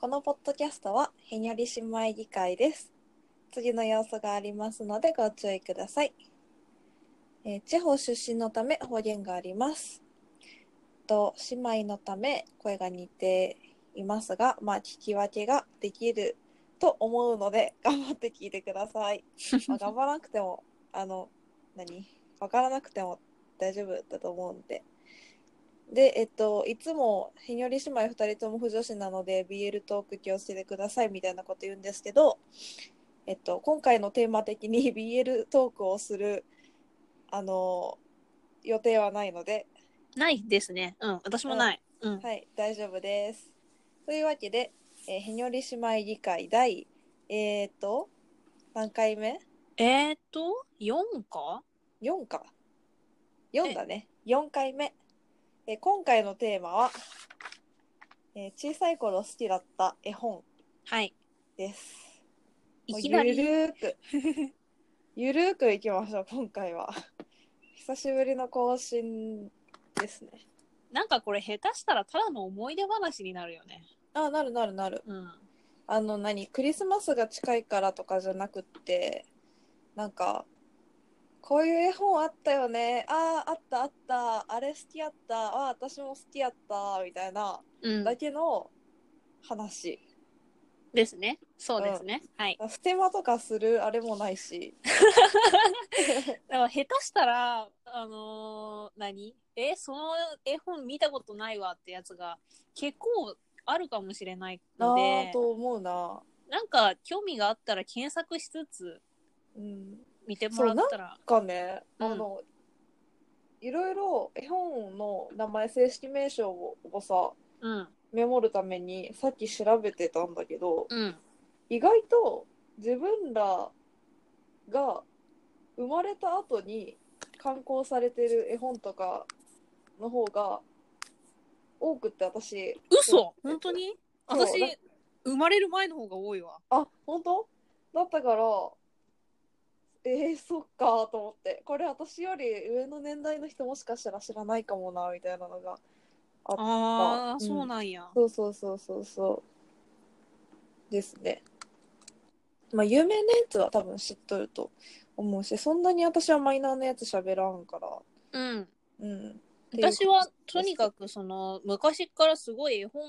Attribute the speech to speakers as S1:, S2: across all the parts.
S1: このポッドキャストはへにょり姉妹議会です次の要素がありますのでご注意ください、えー地方出身のため方言がありますと姉妹のため声が似ていますがまあ聞き分けができると思うので頑張って聞いてください、まあ、頑張らなくてもあの何わからなくても大丈夫だと思うんででえっといつもへにょり姉妹2人とも不女子なので BL トーク気をつけてくださいみたいなこと言うんですけどえっと今回のテーマ的に BL トークをするあの予定はないので
S2: ないですね。うん、私もない。うん。
S1: はい、大丈夫です。というわけで、えー、へにょり姉妹議会第、えー、っと、何回目
S2: えーっと、4か
S1: ?4 か。4だね。4回目。えー今回のテーマは、えー小さい頃好きだった絵本
S2: はい。
S1: です。
S2: いきな
S1: もうゆ
S2: り。
S1: るーく、 ゆるーくいきましょう、今回は。久しぶりの更新ですね。
S2: なんかこれ下手したらただの思い出話になるよね。
S1: あ、なるなるなる。
S2: うん。
S1: あの何クリスマスが近いからとかじゃなくってなんかこういう絵本あったよねあああったあったあれ好きやったあ私も好きやったみたいな
S2: うん。
S1: だけの話、
S2: ですね。そうですね。はい。
S1: ステマとかするあれもないし
S2: だから下手したら、あのー何え、その絵本見たことないわってやつが結構あるかもしれない
S1: な
S2: の
S1: あ
S2: で、
S1: と思うな、
S2: なんか興味があったら検索しつつ
S1: うん、なん
S2: 見てもらったら。
S1: かね
S2: うん
S1: あの、いろいろ絵本の名前正式名称をさ
S2: うん。
S1: メモるためにさっき調べてたんだけど、
S2: うん。
S1: 意外と自分らが生まれた後に刊行されてる絵本とかの方が多くって私
S2: 嘘本当に
S1: そう
S2: 私
S1: な、
S2: 生まれる前の方が多いわ。
S1: あ本当だったからえー、そっかと思ってこれ私より上の年代の人もしかしたら知らないかもなみたいなのが
S2: ああ、
S1: うん
S2: そうなんや。
S1: そうそうそうそうそうですねまあ有名なやつは多分知っとると思うしそんなに私はマイナーなやつ喋らんから
S2: うん。
S1: うん
S2: 私はとにかくその昔からすごい絵本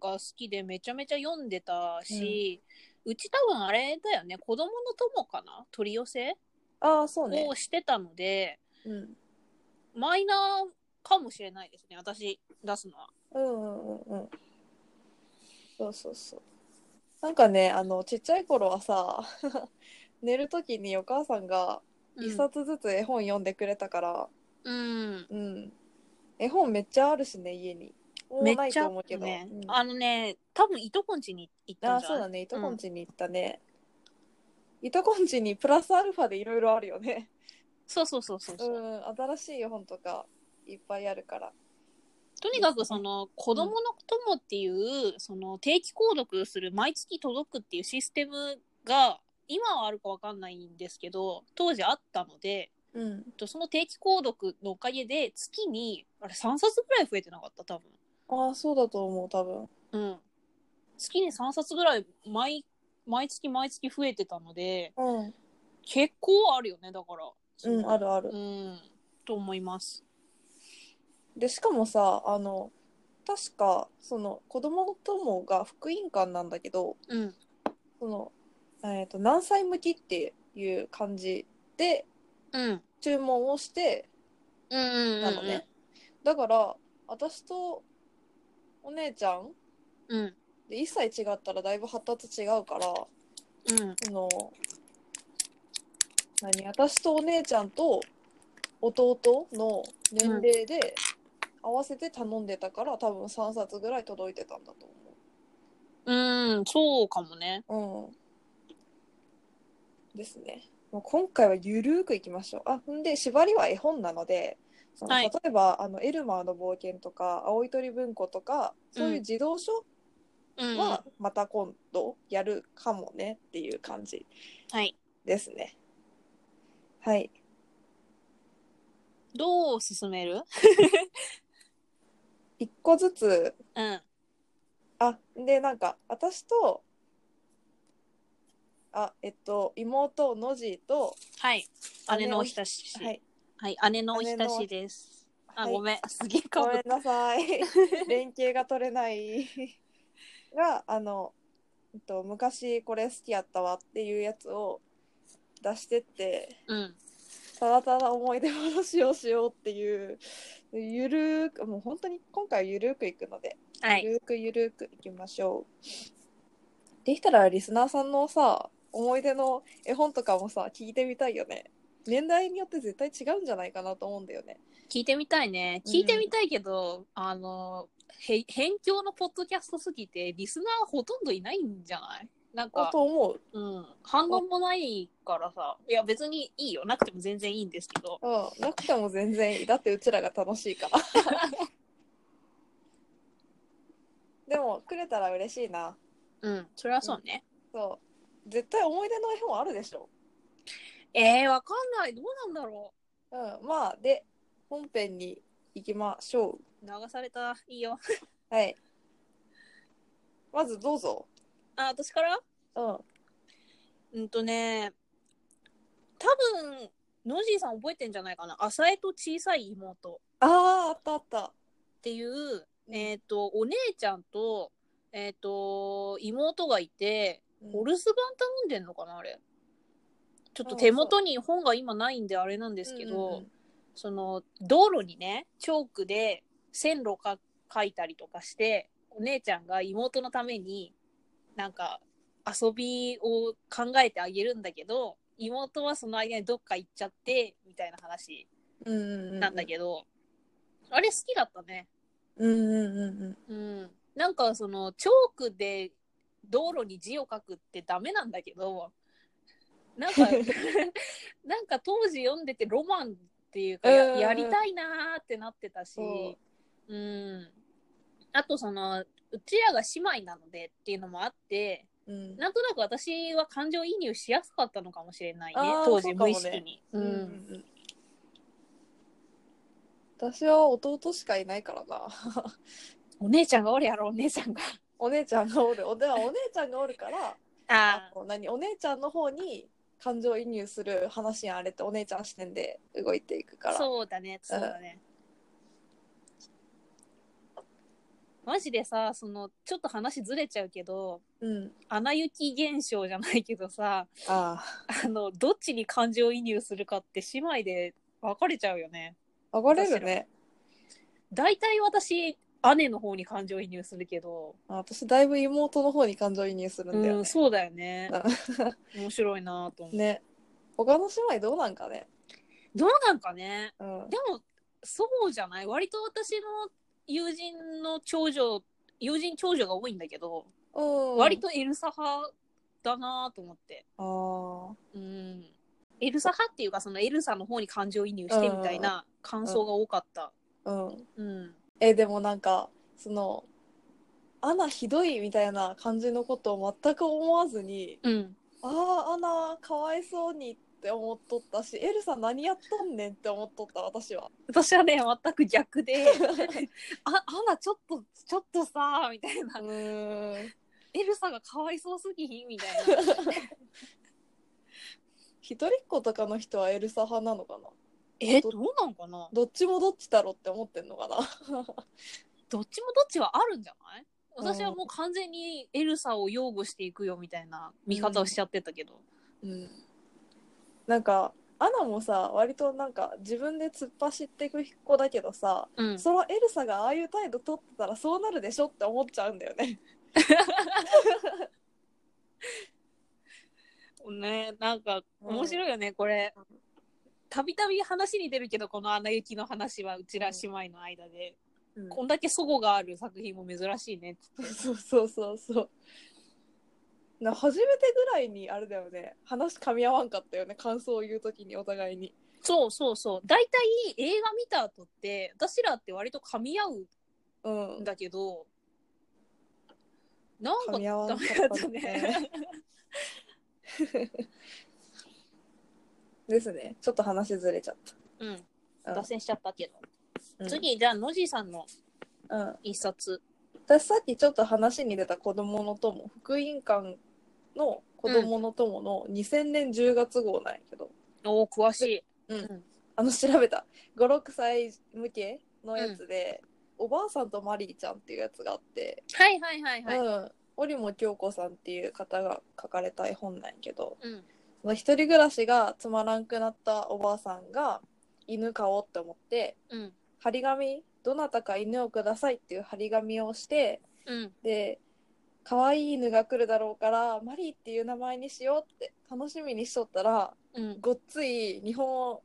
S2: が好きでめちゃめちゃ読んでたし、うち多分あれだよね子供の友かな取り寄せ
S1: ああそうね
S2: をしてたので、
S1: うん
S2: マイナーかもしれないですね私出すのは。
S1: うんうんうんうんそうそうそうなんかねあのちっちゃい頃はさ 寝る時にお母さんが
S2: うん
S1: 一冊ずつ絵本読んでくれたから
S2: うん
S1: うん、絵本めっちゃあるしね家にも
S2: め
S1: う
S2: っ
S1: ない
S2: ちゃ
S1: と
S2: あ
S1: 思うけ
S2: る
S1: ど、
S2: ね
S1: うん
S2: あのね多分いとこんちに行った
S1: あ
S2: ん
S1: あ
S2: じ
S1: そう
S2: ゃ
S1: だ
S2: ん
S1: ね糸こんちに行ったね、糸こんちにプラスアルファでいろいろあるよね
S2: そうそうそうそう
S1: う
S2: そう、
S1: ん新しい絵本とかいっぱいあるから
S2: とにかくその子供の友っていう、その定期購読する毎月届くっていうシステムが今はあるかわかんないんですけど当時あったので
S1: うん
S2: とその定期購読のおかげで月にあれ3冊ぐらい増えてなかった多分
S1: ああそうだと思う多分
S2: うん月に3冊ぐらい毎毎月毎月増えてたので
S1: うん
S2: 結構あるよねだから
S1: うんあ
S2: る
S1: るある、
S2: うんと思います
S1: でしかもさあの確かその子供の友が福音館なんだけど
S2: うん
S1: その、えー、と何歳向きっていう感じで
S2: うん
S1: 注文をして
S2: うんうんうん
S1: なのね、だから私とお姉ちゃん
S2: うん
S1: で1歳違ったらだいぶ発達違うから
S2: うん
S1: その何私とお姉ちゃんと弟の年齢で合わせて頼んでたから、多分3冊ぐらい届いてたんだと
S2: うんそうかもね
S1: 思う。うん、ですね。もう今回はゆるーくいきましょう。あんで縛りは絵本なのでその、
S2: はい
S1: 例えばあの「エルマーの冒険」とか「青い鳥文庫」とかそういう児童書
S2: うん
S1: はまた今度やるかもねっていう感じ
S2: はい。
S1: ですね。はい。
S2: どう進める
S1: 一個ずつ
S2: うん。
S1: あでなんか私とあえっと妹のじと、
S2: はい。姉のおひたし。
S1: は
S2: はい。
S1: い、
S2: 姉のおひたしです。あ、
S1: はい
S2: ごめん。 すげえか
S1: ご
S2: ぶ
S1: め
S2: っ
S1: んなさい 連携が取れないがあの、えっと、昔これ好きやったわっていうやつを出してって
S2: うん。
S1: ただただ思い出話をしようっていうゆるーくもう本当に今回ゆるーくいくので
S2: はい。
S1: ゆるーくゆるーくいきましょう。できたらリスナーさんのさ、思い出の絵本とかもさ、聞いてみたいよね。年代によって絶対違うんじゃないかなと思うんだよね。
S2: 聞いてみたいね。聞いてみたいけど、あの、へ、辺境のポッドキャストすぎて、リスナーほとんどいないんじゃないなん
S1: あ
S2: か、
S1: と思う。
S2: うん。反応もないからさ。いや、別にいいよ。なくても全然いいんですけど。
S1: うん、なくても全然いい。だってうちらが楽しいから。 でも、くれたら嬉しいな。
S2: うん。それはそうね。
S1: そう。絶対思い出の絵本あるでしょ。
S2: えー、わかんない。どうなんだろ
S1: うん、まあ、で、本編に行きましょう。
S2: う。流された。いいよ。
S1: はい。まずどうぞ。
S2: あ、私から
S1: うん。
S2: うんとね、多分、ノジーさん覚えてんじゃないかな。浅江と小さい妹っ
S1: ああ、あったあった。
S2: ていう、えっ、と、お姉ちゃんと、えっ、と、妹がいて、
S1: うん
S2: お留守番頼んでんのかな、あれ。ちょっと手元に本が今ないんであれなんですけど、
S1: うん
S2: その、道路にね、チョークで線路か書いたりとかして、お姉ちゃんが妹のために、なんか、遊びを考えてあげるんだけど、妹はその間にどっか行っちゃって、みたいな話
S1: うんうんうん、
S2: なんだけど、あれ好きだったね。
S1: うんうんうんうん
S2: うん。なんかその、チョークで道路に字を書くってダメなんだけど、な んか、なんか当時読んでてロマンっていうかや、
S1: うん
S2: やりたいなーってなってたし、
S1: そ
S2: うん。あとその、うちらが姉妹なのでっていうのもあって、
S1: うん
S2: なんとなく私は感情移入しやすかったのかもしれないね
S1: あー、
S2: 当
S1: そ
S2: 時
S1: うかも
S2: 無
S1: ね
S2: 意識に。
S1: う
S2: うん。
S1: うんうんん私は弟しかいないからな
S2: お姉ちゃんがおるやろ、お姉ちゃんが。
S1: お姉ちゃんがおるおでは お姉ちゃんがおるから
S2: あ
S1: あの何お姉ちゃんの方に感情移入する話やあれってお姉ちゃん視点で動いていくか
S2: あ、
S1: ら
S2: そうだね、そうだね。マジでさ、その、ちょっと話ずれちゃうけど、
S1: う、ん、
S2: 穴行き現象じゃないけどさ、
S1: あ
S2: あの、どっちに感情移入するかって姉妹で分かれちゃうよね。
S1: あ暴れるね
S2: 大体私、姉の方に感情移入するけど、
S1: あ私だいぶ妹の方に感情移入するんだ
S2: う
S1: よ
S2: ん、
S1: ね、
S2: そうだよね。面白いなと思う。
S1: ね他の姉妹どうなんかね
S2: どうなんかね。
S1: うん
S2: でも、そうじゃない割と私の友人の長女、友人長女が多いんだけど、
S1: うん
S2: 割とエルサ派だなと思って。
S1: あー
S2: うん。エルサ派っていうか、そのエルサの方に感情移入してみたいな感想が多かった。
S1: うん
S2: うん。
S1: えでもなんかそのアナひどいみたいな感じのことを全く思わずに
S2: うん。
S1: ああアナかわいそうにって思っとったしエルサ何やっとんねんって思っとった私は
S2: 私はね全く逆 であ「アナちょっとちょっとさ」みたいな
S1: うーん
S2: 「エルサがかわいそうすぎひん」みたいな
S1: 一人っ子とかの人はエルサ派なのかな
S2: えどうなんかな
S1: どっちもどっちだろって思ってんのかな
S2: どっちもどっちはあるんじゃない私はもう完全にエルサを擁護していくよみたいな見方をしちゃってたけど、
S1: うんなんかアナもさ割となんか自分で突っ走っていく子だけどさ、
S2: うん
S1: そのエルサがああいう態度取ってたらそうなるでしょって思っちゃうんだよね
S2: ねなんか面白いよね、これたびたび話に出るけどこの「アナ雪」の話はうちら姉妹の間で、
S1: うん
S2: こんだけ齟齬がある作品も珍しいねっつって
S1: そうそうそうそう。な初めてぐらいにあれだよね話噛み合わんかったよね感想を言うときにお互いに
S2: そうそうそう。大体映画見た後って、私らって割と噛み合
S1: う
S2: うん
S1: ん
S2: だけど、なんか
S1: 噛み合わ
S2: ダ
S1: なか
S2: メ
S1: ったね
S2: だった ね。
S1: ですねちょっと話ずれちゃっ
S2: うん。
S1: た、うん
S2: 脱線しちゃったけど。
S1: うん
S2: 次、じゃあ、のじいさんの
S1: うん
S2: 一冊。
S1: 私さっきちょっと話に出た子供の友、福音館の子供の友の2000年10月号なんやけど、
S2: おお詳しい。
S1: あの調べた56歳向けのやつで、おばあさんとマリーちゃんっていうやつがあって、
S2: はいはいはいはい。
S1: うん、織茂京子さんっていう方が書かれた絵本なんやけど
S2: うん。
S1: その一人暮らしがつまらんくなったおばあさんが犬飼おうって思って
S2: うん。
S1: 張り紙どなたか犬をくださいっていう張り紙をして
S2: うん。
S1: で可愛い犬が来るだろうからマリーっていう名前にしようって楽しみにしとったら
S2: うん。
S1: ごっつい日本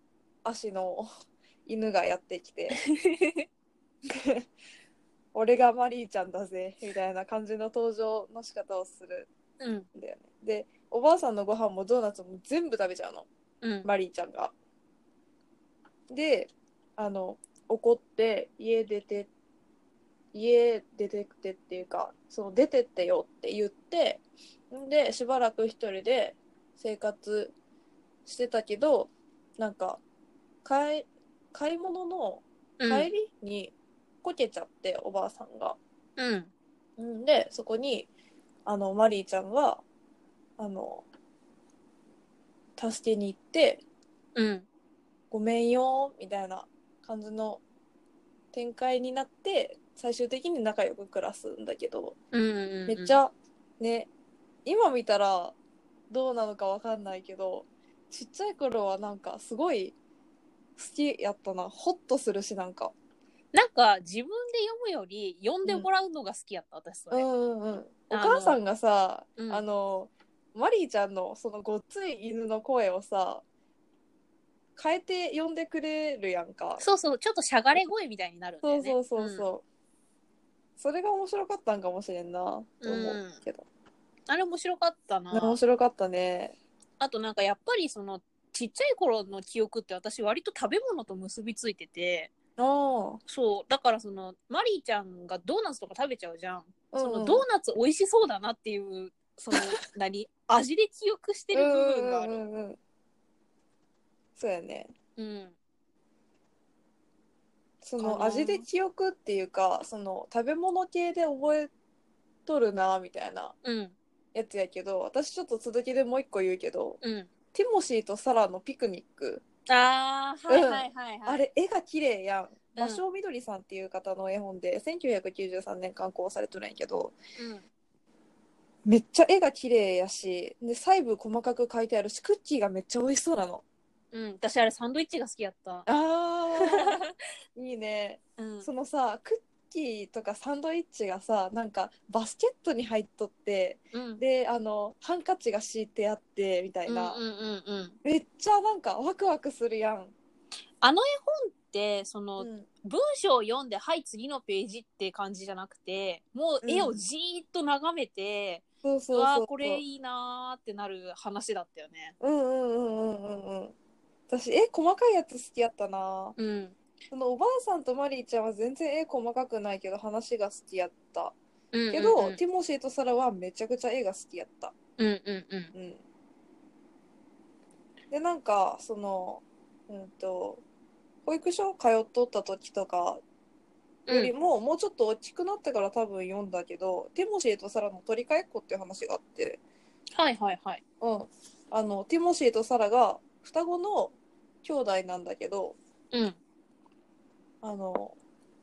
S1: 足の犬がやってきて俺がマリーちゃんだぜみたいな感じの登場の仕方をする
S2: うん。
S1: んだよねでおばあさんのご飯もドーナツも全部食べちゃうの
S2: うん。
S1: マリーちゃんがであの怒って家出て家出てくてっていうかその出てってよって言ってんでしばらく一人で生活してたけどなんか買い買い物の
S2: うん
S1: 帰りにこけちゃって、おばあさんが。
S2: うん。
S1: んでそこにあのマリーちゃんがあの助けに行って
S2: うん。
S1: ごめんよみたいな感じの展開になって最終的に仲良く暮らすんだけど
S2: うん。
S1: めっち。ゃね今見たらどうなのかわかんないけどちっちゃい頃はなんかすごい好きやったなホッとするしなんか
S2: なんか自分で読むより読んでもらうのが好きやった、私そうれ。
S1: んうんうんお
S2: あの
S1: 母さんがさあ
S2: うん
S1: の,、マリーちゃんのそのごっつい犬の声をさ変えて呼んでくれるやんか
S2: そうそう、ちょっとしゃがれ声みたいになるんだよ
S1: そう
S2: ね。
S1: そうそうそう、それが面白かったんかもしれんなと思うけど、
S2: あれ面白かった
S1: 面
S2: な。
S1: 白かったね
S2: あとなんかやっぱりその、ちっちゃい頃の記憶って私割と食べ物と結びついてて、
S1: あ
S2: そう、だからその、マリーちゃんがドーナツとか食べちゃうじゃん。
S1: あ
S2: そのドーナツ美味しそうだなっていう、その、 何味で記憶してる部分があ
S1: う
S2: る。
S1: んうんうんうんそうやね
S2: うん。
S1: そ
S2: か
S1: の
S2: な
S1: 味で記憶っていうかその食べ物系で覚えとるなみたいな
S2: うん。
S1: やつやけど私ちょっと続きでもう一個言うけど
S2: うん。
S1: ティモシーとサラのピクニック、
S2: あー、はいはいはいはい。
S1: あれ絵が綺麗やん
S2: うん
S1: 芭蕉みどりさんっていう方の絵本で1993年刊行されとるんやけど
S2: うん。
S1: めっちゃ絵が綺麗やしで細部細かく描いてあるしクッキーがめっちゃ美味しそうなの
S2: うん。私あれサンドイッチが好きやった。
S1: あ いいね
S2: うん。
S1: そのさクッキーとかサンドイッチがさなんかバスケットに入っとって
S2: うん。
S1: であのハンカチが敷いてあってみたいな、
S2: うんうんうんうん。
S1: めっちゃなんかワクワクするやん、
S2: あの絵本って、その、
S1: うん
S2: 文章を読んで、はい、次のページって感じじゃなくて、もう絵をじーっと眺めて、
S1: そう
S2: う
S1: そうそう
S2: わ
S1: そう
S2: ー、これいいなーってなる話だったよね。
S1: うんうんうんうんうんうん私絵細かいやつ好きやったな
S2: うん。
S1: そのおばあさんとマリーちゃんは全然絵細かくないけど話が好きやった
S2: うん
S1: けど、
S2: うん
S1: ティモシーとサラはめちゃくちゃ絵が好きやった
S2: うんうんうん。
S1: うんでなんかそのうんと保育所通っとった時とかよりも、もうちょっと大きくなってから多分読んだけどティモシーとサラの取り替えっ子っていう話があって、
S2: はいはいはい。
S1: うん、あのティモシーとサラが双子の兄弟なんだけど
S2: うん。
S1: あの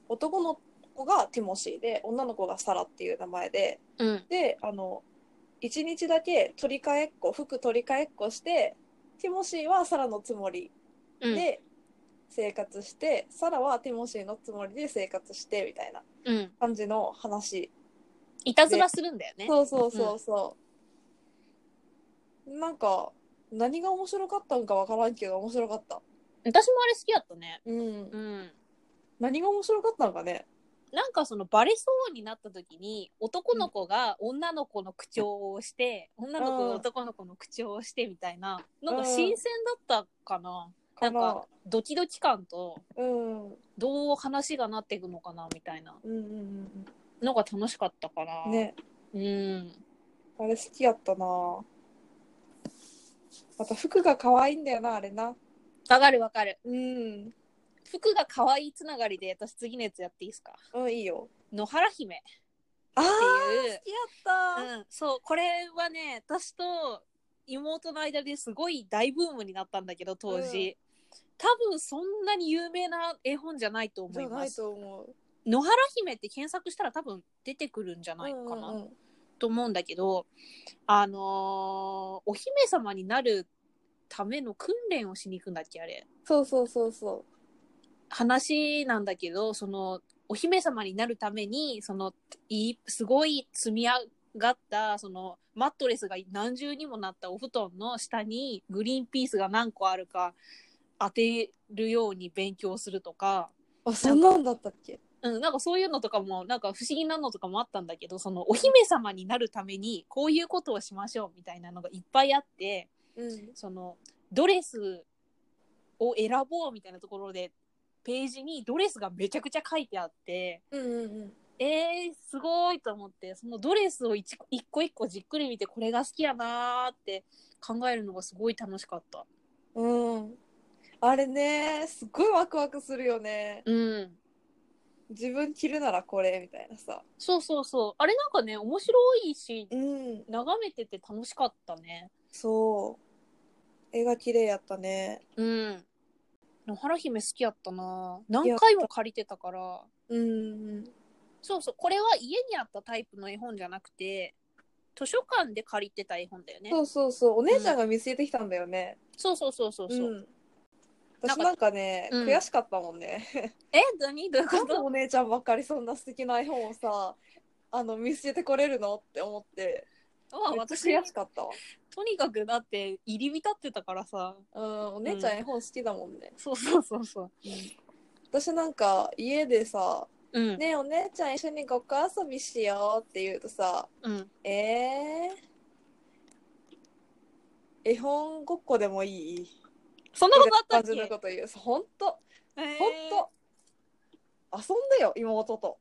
S1: 男の子がティモシーで女の子がサラっていう名前で
S2: うん。
S1: であの1日だけ取り替えっこ服取り替えっこしてティモシーはサラのつもり
S2: うん。
S1: で生活して、サラはティモシーのつもりで生活してみたいな
S2: うん。
S1: 感じの話
S2: いたずらするんだよね。
S1: そうそうそうそう、なんか何が面白かったんかわからんけど面白かった
S2: 私もあれ好きやったね。
S1: うん
S2: うん。
S1: 何が面白かったのかね
S2: なんかそのバレそうになった時に男の子が女の子の口調をして、女の子
S1: うん
S2: が男の子の口調をしてみたいな、なん
S1: うん
S2: か新鮮だったかな。なんかドキドキ感と
S1: うんうん
S2: どう話がなっていくのかなみたいな
S1: うんうん
S2: のが楽しかったかな。
S1: うんね
S2: うん。
S1: あれ好きやったなまた服が可愛いんだよなあれな
S2: わかるわかる。
S1: うん
S2: 服が可愛いつながりで私次のやつやっていいですか
S1: うんいいよ
S2: 野原姫。
S1: ああ
S2: ていう
S1: 好きやった、
S2: うん、そうこれはね私と妹の間ですごい大ブームになったんだけど当時、多分そんなに有名な絵本じゃないと思
S1: じ
S2: い
S1: ゃな
S2: ま
S1: い
S2: す
S1: と思う
S2: 野原姫って検索したら多分出てくるんじゃないかな、
S1: うんうんうん
S2: と思うんだけどあのーお姫様になるための訓練をしに行くんだっけあれ
S1: そうそうそうそ
S2: 話なんだけどそのお姫様になるためにそのいいすごい積み上がったそのマットレスが何重にもなったお布団の下にグリーンピースが何個あるか当てるように勉強するとか、
S1: うあそんなんだったっけ
S2: うん、なんかそういうのとかもなんか不思議なのとかもあったんだけどそのお姫様になるためにこういうことをしましょうみたいなのがいっぱいあって。
S1: うん
S2: そのドレスを選ぼうみたいなところでページにドレスがめちゃくちゃ書いてあって
S1: うんうんうん
S2: えー、すごいと思ってそのドレスを一個一個一個じっくり見てこれが好きやなーって考えるのがすごい楽しかった。
S1: うん。あれね、すごいワクワクするよね。
S2: うん
S1: 自分着るならこれみたいなさ。
S2: そうそうそうあれなんかね面白いし
S1: うん。
S2: 眺めてて楽しかったね。
S1: そう。絵が綺麗やったね。
S2: うん野原姫好きやったな何回も借りてたから
S1: うん。
S2: そうそう、これは家にあったタイプの絵本じゃなくて、図書館で借りてた絵本だよね。
S1: そうそうそう。お姉ちゃんが見つけてきたんだよね。
S2: そうそうそうそうそう。
S1: ん。私なんかね、
S2: うん
S1: 悔しかったもんね。
S2: え、何どういうこ
S1: なんで
S2: と
S1: お姉ちゃんばっかりそんな素敵な絵本をさ、あの、見つけてこれるのって思って。
S2: あ
S1: めっちゃ
S2: 私、
S1: 悔しかったわ。
S2: とにかくだって入り浸ってたからさ。
S1: うん。お姉ちゃん絵本好きだもんね。
S2: そうそうそうそう。
S1: 私なんか家でさ、
S2: うん。
S1: ねえお姉ちゃん一緒にごっこ遊びしようって言うとさ
S2: うん。
S1: えー、絵本ごっこでもい い
S2: そんなことあったっ
S1: 感
S2: け
S1: じのこと言うそうほんと
S2: えー
S1: ほんと遊んでよ妹と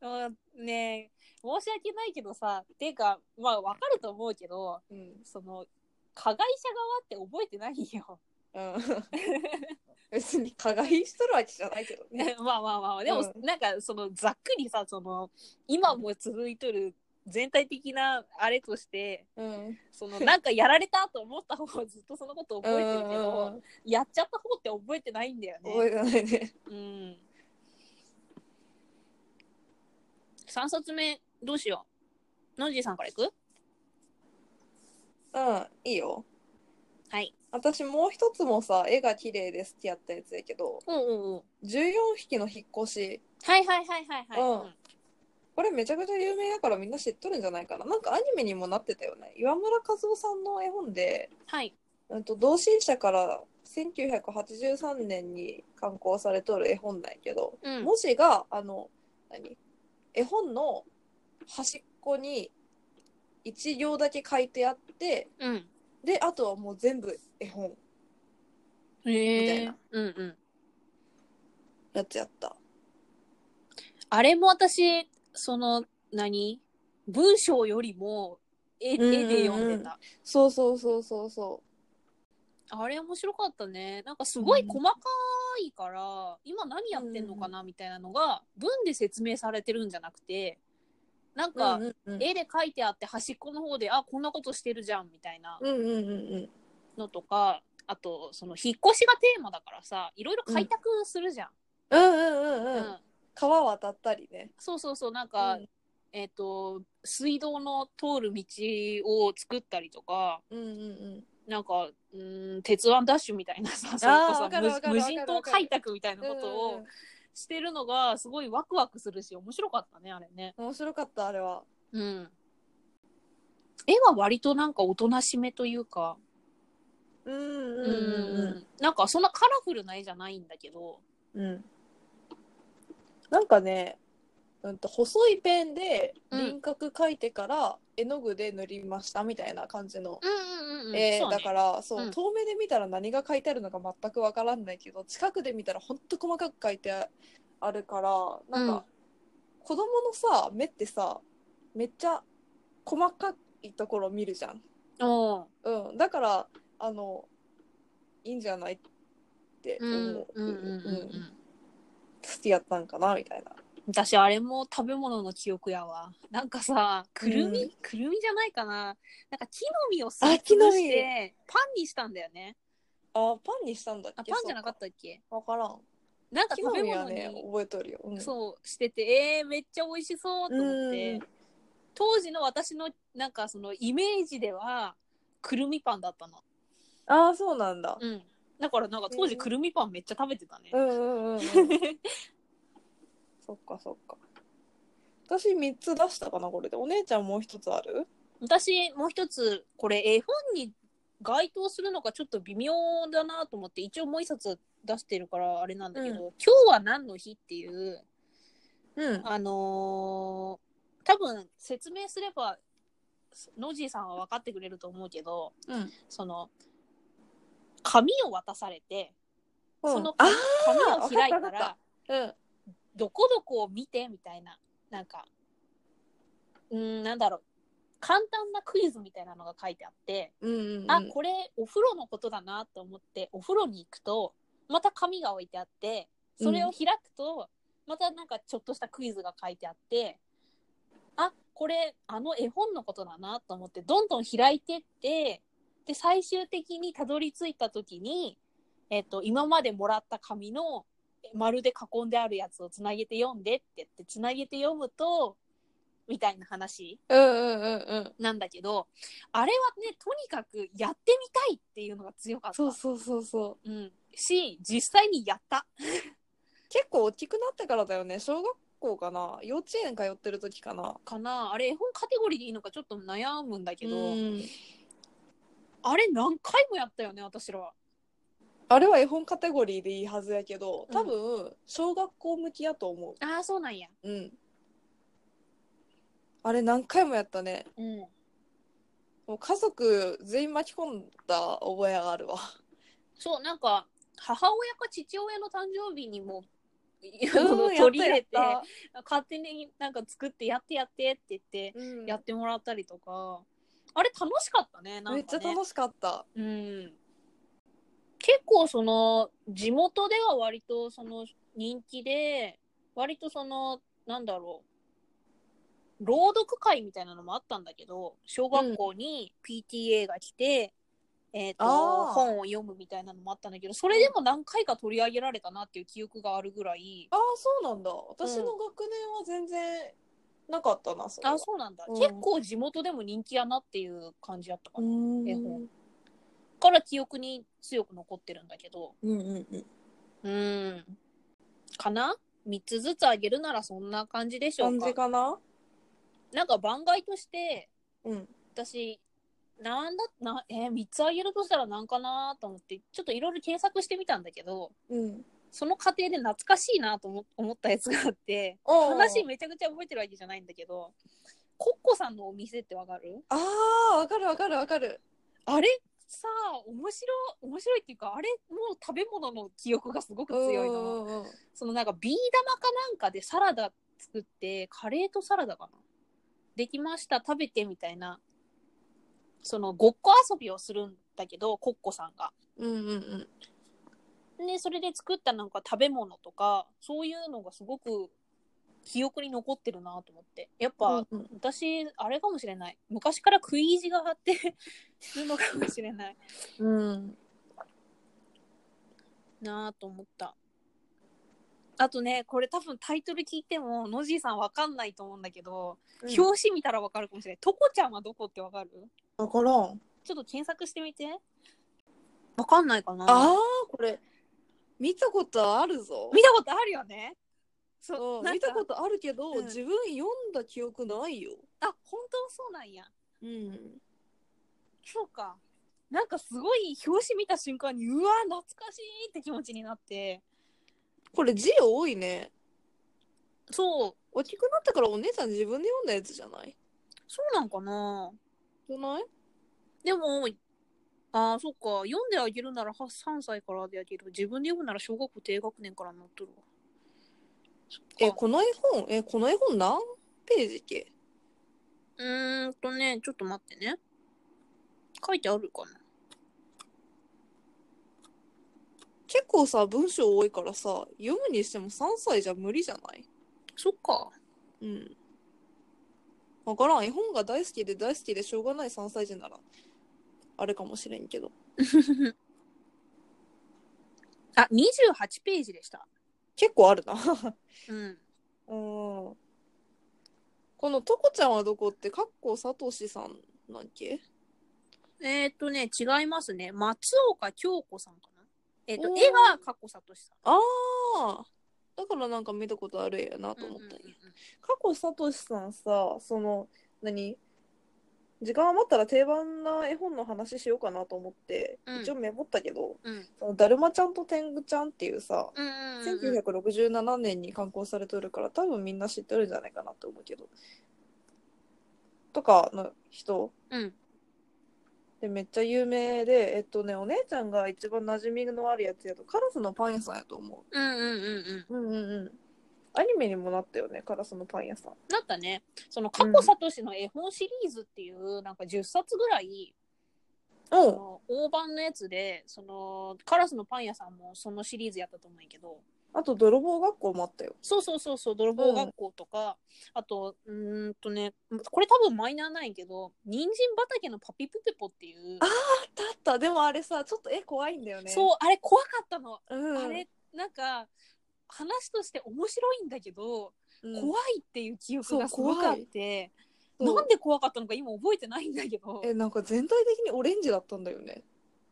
S2: あねえ申し訳ないけどさ、ていうか、まあわかると思うけど、
S1: うん、う ん、
S2: その、加害者側って覚えてないよ。
S1: 別に加害しとるわけじゃないけどね
S2: ね まあまあまあでも、
S1: う
S2: なんかそのざっくりさその今も続いとる全体的なあれとして
S1: うん
S2: そ のなんかやられたと思った方はずっとそのこと覚えてるけ
S1: うん
S2: どやっちゃった方って覚えてないんだよ
S1: うんうん覚え
S2: ね。
S1: てないね
S2: うん、3冊目どうしようのんじいさんからいく
S1: うんいいよ
S2: はい。
S1: 私もう一つもさ絵が綺麗で好きやったやつやけど
S2: うんうんうん。
S1: 14匹の引っ越し
S2: はいはいはいはいはい。
S1: うんこれめちゃくちゃ有名だからみんな知っとるんじゃないかな。なんかアニメにもなってたよね。岩村和夫さんの絵本で、
S2: はい。
S1: うん、と同心者から1983年に刊行されとる絵本なんやけど、
S2: うん。
S1: 文字が、あの、何絵本の端っこに一行だけ書いてあって、
S2: うん。
S1: で、あとはもう全部絵本みた
S2: へ
S1: い
S2: え
S1: な。
S2: うんうん。
S1: やつやった。
S2: あれも私、その、何文章よりも絵、絵
S1: うんうんうん
S2: で読んでた。
S1: そうそうそうそうそ
S2: あれ面白かったね。なんかすごい細かいから、今何やってんのかなみたいなのが、文で説明されてるんじゃなくて、なん
S1: う。
S2: か、
S1: うんうん
S2: 絵で描いてあって端っこの方で、あ、こんなことしてるじゃんみたいな
S1: うんうんうんうん。
S2: のとか、あと、その、引っ越しがテーマだからさ、いろいろ開拓するじゃん。
S1: うんうんうん
S2: う。
S1: うんん。川渡ったりね。
S2: そうそうそう、なんか、えっ、と、水道の通る道を作ったりとか、
S1: うんうんうん。
S2: なんか、うーん、鉄腕ダッシュみたいなさ、それこそ
S1: わかるわか
S2: 無
S1: る
S2: 無
S1: わかる
S2: 人島開拓みたいなこ
S1: う
S2: と
S1: ん
S2: をしてるのが、すごいワクワクするし、面白かったね、あれね。
S1: 面白かったあれは
S2: うん。絵は割となんかおとなしめというか、
S1: うんうん
S2: うなんかそんなカラフルな絵じゃないんだけど、
S1: うんうんなんかね、うん、と細いペンで輪郭描いてから絵の具で塗りましたみたいな感じの
S2: うんうんうんうん。
S1: 絵、
S2: そうね
S1: だからそう、
S2: うん
S1: 遠目で見たら何が描いてあるのか全くわからんないけど近くで見たらほんと細かく描いてあるからなんか、子供のさ目ってさめっちゃ細かいところ見るじゃん。
S2: うん。
S1: うん、だからあのいいんじゃないって
S2: うん
S1: 思う、
S2: うんうんうんう
S1: うん
S2: ん。
S1: 好きやったんかなみたいな
S2: 私あれも食べ物の記憶やわなんかさくるみ、
S1: うん
S2: くるみじゃないかななんか木の実をす
S1: あ
S2: り
S1: 木
S2: つ
S1: の
S2: ぶ
S1: 実
S2: してパンにしたんだよね
S1: あパンにしたんだっけ
S2: あパンじゃなかったたっけ
S1: 分からん
S2: なんか
S1: 木
S2: 食
S1: の
S2: べ
S1: 実
S2: 物
S1: は
S2: に、
S1: ね覚えとるよ、うん、
S2: そうしててえー、めっちゃ美味しそうと思って、
S1: うん
S2: 当時の私のなんかそのイメージではくるみパンだったの
S1: ああそうなんだ
S2: うんだからなんか当時くるみパンめっちゃ食べてたね、
S1: うんうんうん、うん、 そっかそっか私3つ出したかなこれでお姉ちゃんもう一つある
S2: 私もう一つこれ絵本に該当するのかちょっと微妙だなと思って一応もう一冊出してるからあれなんだけど「
S1: うん
S2: 今日は何の日?」っていう
S1: うん
S2: あのー多分説明すればノジーさんは分かってくれると思うけど
S1: うん
S2: その紙を渡されて、その
S1: あ
S2: 紙紙を開い
S1: わか
S2: た
S1: ったわか
S2: ら
S1: っうん
S2: どこどこを見てみたいな、なんか、うーん、なんだろう、簡単なクイズみたいなのが書いてあって、
S1: うんうんうん
S2: あ、これお風呂のことだなと思って、お風呂に行くと、また紙が置いてあって、それを開くと、またなんかちょっとしたクイズが書いてあって、あ、これあの絵本のことだなと思って、どんどん開いてって、で、最終的にたどり着いた時に、えっと、今までもらった紙の丸で囲んであるやつをつなげて読んでって言って、つなげて読むと、みたいな話
S1: うんうんうんうん
S2: なんだけど、あれはね、とにかくやってみたいっていうのが強かった。
S1: そうそうそうそう
S2: うん。し、実際にやった。
S1: 結構大きくなってからだよね小学校かな幼稚園通ってる時かな
S2: かなあれ、絵本カテゴリーでいいのかちょっと悩むんだ
S1: け
S2: けど、
S1: ど
S2: あれ何回もやったよね、私ら。
S1: あれは絵本カテゴリーでいいはずやけど多分小学校向きやと思
S2: ああ、そうなんや。
S1: ううんあれ何回もやったね
S2: うん。
S1: もう家族全員巻き込んだ覚えがあるわ
S2: そう、なんか、母親か父親の誕生日にも、
S1: うん
S2: 取り入れて、
S1: やった
S2: 勝手になんか作ってやってやってって言って、
S1: うん
S2: やってもらったりとか、あれ楽しかったね、なんか、ね。
S1: めっちゃ楽しかった
S2: うん、結構その地元では割とその人気で割とそのなんだろう朗読会みたいなのもあったんだけど小学校に PTA が来て、えー、と
S1: あー
S2: 本を読むみたいなのもあったんだけどそれでも何回か取り上げられたなっていう記憶があるぐらい
S1: ああそうなんだ私の学年は全然なかったなそれは
S2: あそうなんだ、
S1: うん
S2: 結構地元でも人気やなっていう感じやったか
S1: う
S2: な、
S1: ん
S2: 絵本から記憶に強く残ってるんだけど、
S1: うんうんうん
S2: うん。かな ?3 つずつあげるならそんな感じでしょう
S1: 感
S2: か
S1: じ。かな
S2: なんか番外として、
S1: うん
S2: 私、なんだ、な、えー、3つあげるとしたらなんかなと思って、ちょっといろいろ検索してみたんだけど、
S1: うん
S2: その過程で懐かしいなと思思ったやつがあって、
S1: おう
S2: 話めちゃくちゃ覚えてるわけじゃないんだけど、コッコさんのお店ってわかる
S1: ああわかるわかるわかる
S2: あれさあ、面白、面白いっていうか、あれもう食べ物の記憶がすごく強いの。
S1: うんうんうん
S2: そのなんかビー玉かなんかでサラダ作って、カレーとサラダかなできました、食べてみたいな。そのごっこ遊びをするんだけど、コッコさんが。
S1: うんうんうん
S2: で、それで作ったなんか食べ物とか、そういうのがすごく記憶に残ってるなと思って。やっぱ、
S1: うんうん
S2: 私、あれかもしれない。昔から食い意地があって するのかもしれない
S1: うん
S2: なと思った。あとね、これ多分タイトル聞いても、ノジーさんわかんないと思うんだけど、表紙見たらわかるかもしれない。トコちゃんはどこってわかる
S1: わからん
S2: ちょっと検索してみて。わかんないかな
S1: ああこれ見たことあるぞ
S2: 見たことあるよねそう。。
S1: うん見たこととあるけど、
S2: うん
S1: 自分読んだ記憶ないよ
S2: あ、本当そうなんや。
S1: うん
S2: そうか。なんかすごい表紙見た瞬間に、うわ、懐かしいって気持ちになって。
S1: これ字多いね
S2: そう。
S1: 大きくなったからお姉さん自分で読んだやつじゃない
S2: そうなんかな
S1: じゃない
S2: でも、ああ、そっか。読んであげるならは3歳からであげる。自分で読むなら小学校低学年からなっとるわ。そっか
S1: えこの絵本えこの絵本何ページっけ
S2: うーんとね、ちょっと待ってね。書いてあるかな。
S1: 結構さ文章多いからさ読むにしても3歳じゃ無理じゃない
S2: そっか。うん。
S1: わからん絵本が大好きで大好きでしょうがない3歳児ならあれかもしれんけど
S2: あ、28ページでした。
S1: 結構あるな うん
S2: うん。
S1: このとこちゃんはどこってかっこさとしさんなんけ
S2: えーっとね、違いますね。松岡京子さんかな。えーっと
S1: お、ー
S2: 絵が加古聡さん。
S1: ああだからなんか見たことある絵やなと思ったんや、
S2: うんうんうんうん
S1: 過去さとしさんさその何時間余ったら定番な絵本の話しようかなと思って、
S2: うん
S1: 一応メモったけど
S2: うん
S1: 「そのだるまちゃんと天狗ちゃん」っていうさ、
S2: うんうんうん
S1: 1967年に刊行されてるから多分みんな知ってるんじゃないかなって思うけどとかの人
S2: うん
S1: でめっちゃ有名でえっとねお姉ちゃんが一番馴染みのあるやつやとカラスのパン屋さんやと思
S2: うんうんうんうん
S1: ううんうんうんアニメにもなったよねカラスのパン屋さん
S2: だったねその過去聡の絵本シリーズっていうなんか10冊ぐらい
S1: お
S2: その大判のやつでそのカラスのパン屋さんもそのシリーズやったと思うんやけど
S1: あと泥棒学校もあったよ。
S2: そうそうそうそう泥棒学校とか、あとうーんとねこれ多分マイナーないけど人参畑のパピプペポっていう
S1: ああったあったでもあれさちょっと絵怖いんだよね。
S2: そうあれ怖かったの、
S1: う、ん、
S2: あれなんか話として面白いんだけど、
S1: うん
S2: 怖いっていう記憶がす
S1: そう
S2: ご
S1: 怖い
S2: くあって
S1: そう
S2: なんで怖かったのか今覚えてないんだけど
S1: えなんか全体的にオレンジだったんだよね。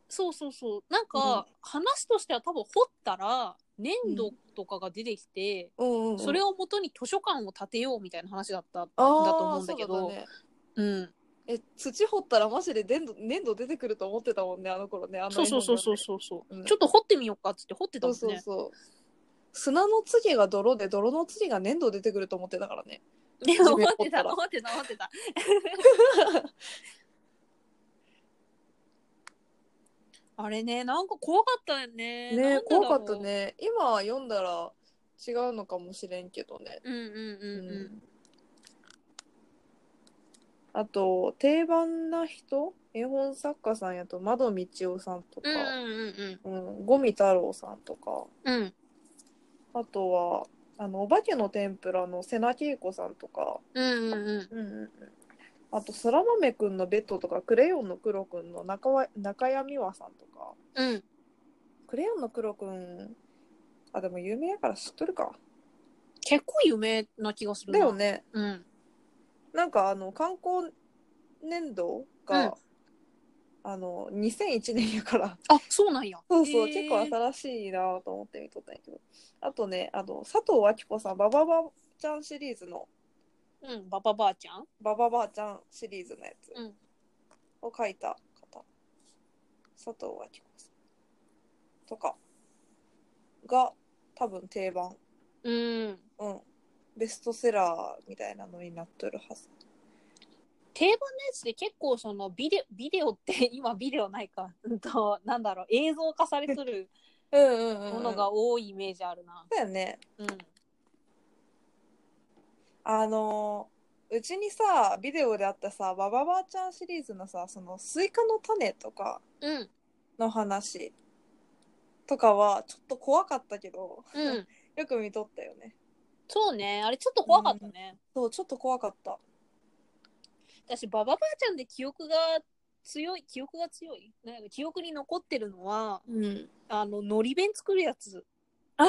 S2: そうそうそうなんか話としては多分掘ったら粘土とかが出てきて、
S1: うんうん、
S2: それを元に図書館を建てようみたいな話だった、
S1: あー
S2: だと思うんだけど
S1: そうったね、
S2: うん、
S1: え土掘ったらマジで粘土粘土出てくると思ってたもんねあの頃ねあの絵
S2: そう
S1: 本
S2: そうそうそう
S1: 読んで
S2: そうそう、
S1: うん
S2: ちょっと掘ってみようかっつって掘ってたもんね
S1: そうそうそう砂の次が泥で泥の次が粘土出てくると思ってたからね。
S2: で
S1: 地面
S2: 思っ
S1: 掘
S2: て
S1: った
S2: た
S1: ら
S2: 思ってた思ってた あれねなんか怖かったよね
S1: ね
S2: なんでだろう
S1: 怖かったね今読んだら違うのかもしれんけどね。
S2: うんうんうんうん、
S1: あと定番な人絵本作家さんやと窓道夫さんとか
S2: う、んうんうん
S1: うん、五味太郎さんとか
S2: うん
S1: あとはあのお化けの天ぷらの瀬名恵子さんとか、
S2: うんうんう
S1: うん
S2: ん
S1: うんうん、あと空豆くんのベッドとかクレヨンの黒くんの中わ中谷美和さんとか
S2: うん
S1: クレヨンの黒くんあでも有名やから知っとるか
S2: 結構有名な気がする
S1: だ
S2: な
S1: よね
S2: うん
S1: なんかあの観光年度
S2: うん
S1: が、あの2001年やから
S2: あそうなんや
S1: そうそう、
S2: へ
S1: 結
S2: ー
S1: 構新しいなと思って見とったんやけどあとねあの佐藤明子さん「バババちゃん」シリーズの
S2: うんババばあちゃん
S1: 「バババちゃん」シリーズのやつ
S2: うん
S1: を書いた方、佐藤明子さんとかが多分定番
S2: うん
S1: うんベストセラーみたいなのになっとるはず
S2: 定番のやつで結構そのビデビデオって 今ビデオないかうんとなんだろう映像化されてる
S1: うんうんうん、
S2: ものが多いイメージあるな
S1: だよね
S2: うん
S1: あのーうちにさビデオであったさ「バババアちゃん」シリーズのさそのスイカの種とか
S2: うん
S1: の話とかはちょっと怖かったけど
S2: うん
S1: よく見とったよね
S2: そうねあれちょっと怖かったね、
S1: そうちょっと怖かった
S2: 私ババばあちゃんで記憶が強い記憶が強いなんか記憶に残ってるのは
S1: うん
S2: あののり弁作るやつ
S1: ああ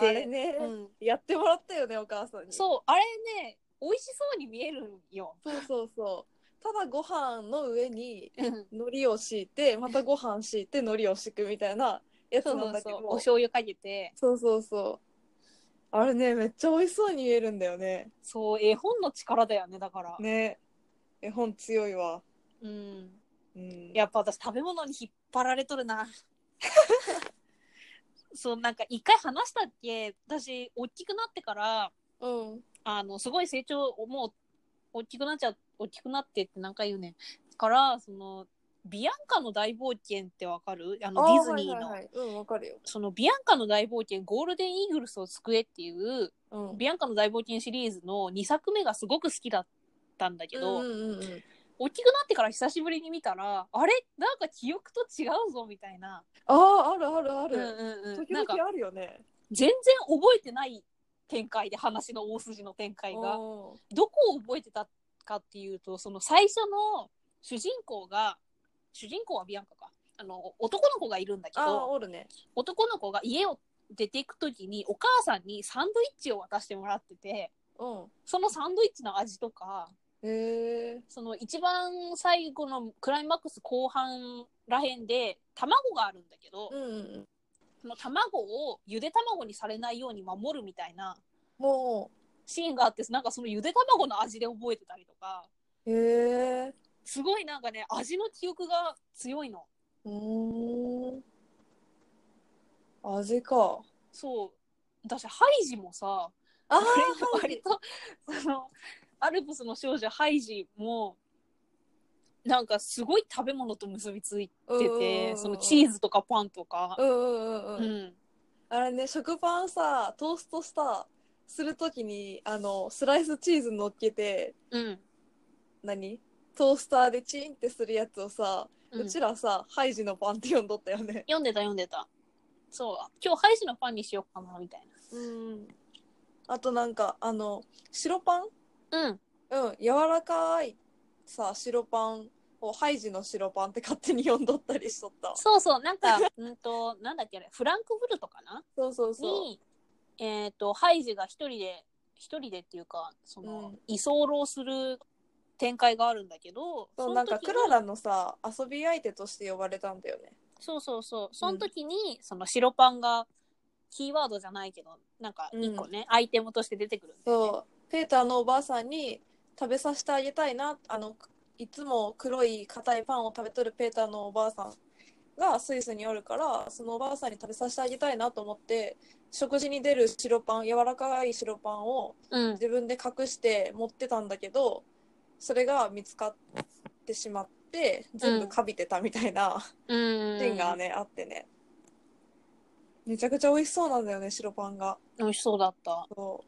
S2: で
S1: あれね、
S2: うん
S1: やってもらったよねお母さんにう
S2: そうあれね美味しそうに見えるんよ
S1: そうそうそうただご飯の上に
S2: うん
S1: 海苔を敷いてまたご飯敷いて海苔を敷くみたいなやつ
S2: そう
S1: な
S2: そ
S1: ん
S2: う
S1: だけ
S2: そう
S1: ど
S2: お醤油かけて
S1: そうそうそうあれねめっちゃ美味しそうに見えるんだよね
S2: そう絵本の力だよねだから、
S1: ね絵本強いわ、
S2: うん
S1: うん、
S2: やっぱ私食べ物に引っ張られとるな そうなんか一回話したっけ私大きくなってから
S1: うん
S2: あのすごい成長もう大きくなっちゃ大きくなってって何回言うねんからそのビアンカの大冒険ってわかるあのディズニーの、
S1: あはいはいはいうんわかるよ、
S2: そのビアンカの大冒険ゴールデンイーグルスを救えっていう
S1: うん、
S2: ビアンカの大冒険シリーズの2作目がすごく好きだったんだけど、
S1: うんうんうん、
S2: 大きくなってから久しぶりに見たらあれなんか記憶と違うぞみたいな
S1: あああるあるあ
S2: うん
S1: る、
S2: うんうん
S1: 時
S2: なんか
S1: 々あるよね
S2: 全然覚えてない展開で話の大筋の展開が
S1: おー
S2: どこを覚えてたかっていうとその最初の主人公が主人公はビアンカかあの男の子がいるんだけ
S1: あー
S2: ど
S1: おるね
S2: 男の子が家を出ていく時にお母さんにサンドイッチを渡してもらってて
S1: うん
S2: そのサンドイッチの味とか
S1: へえ
S2: その一番最後のクライマックス後半らへんで卵があるんだけど、
S1: うんうんうん
S2: その卵をゆで卵にされないように守るみたいな
S1: も
S2: シーンがあってなんかそのゆで卵の味で覚えてたりとか
S1: うへえ
S2: すごいなんかね味の記憶が強いの
S1: うーん味か
S2: そう私ハイジもさ
S1: あ
S2: 割とそのアルプスの少女ハイジもなんかすごい食べ物と結びつい
S1: あ
S2: ててそのチ
S1: ズ
S2: ーズとかパンとか
S1: う、んうんうん
S2: う
S1: うん
S2: ん、
S1: あれね食パンさトーストさするときにあのスライスチーズ乗っけて
S2: うん、
S1: 何トースターでチンってするやつをさ、う
S2: うん
S1: ちらさハイジのパンって呼んどったよね
S2: 読んでた読んでたそう今日ハイジのパンにしようかなみたい
S1: うんあとなんかあの白パン
S2: なうん
S1: うん柔らかいさ白パンをハイジの白パンって勝手に呼んどったりしとった
S2: そうそうなん かうんとなんだっけあれフランクフルトかな
S1: そうそうそう
S2: にえっ、とハイジが一人で一人でっていうかその、
S1: うん
S2: 居候する展開があるんだけど
S1: そう
S2: の
S1: なんか
S2: 時
S1: ク
S2: に
S1: ララのさ遊び相手として呼ばれたんだよね
S2: そうそうそう。その時に、その白パンが、キーワードじゃないけど、なんか一個ね、アイテムとして出てくるんだよね
S1: そうペーターのおばあさんに食べさせてあげたいなあのいつも黒い硬いパンを食べとるペーターのおばあさんがスイスにおるからそのおばあさんに食べさせてあげたいなと思って食事に出る白パン柔らかい白パンを
S2: うん。
S1: 自分で隠して持ってたんだけどそれが見つかってしまって全部かびてたみたいな
S2: うん。
S1: シーンがね、あってねめちゃくちゃ美味しそうなんだよね白パンが。
S2: 美味しそうだった。
S1: そ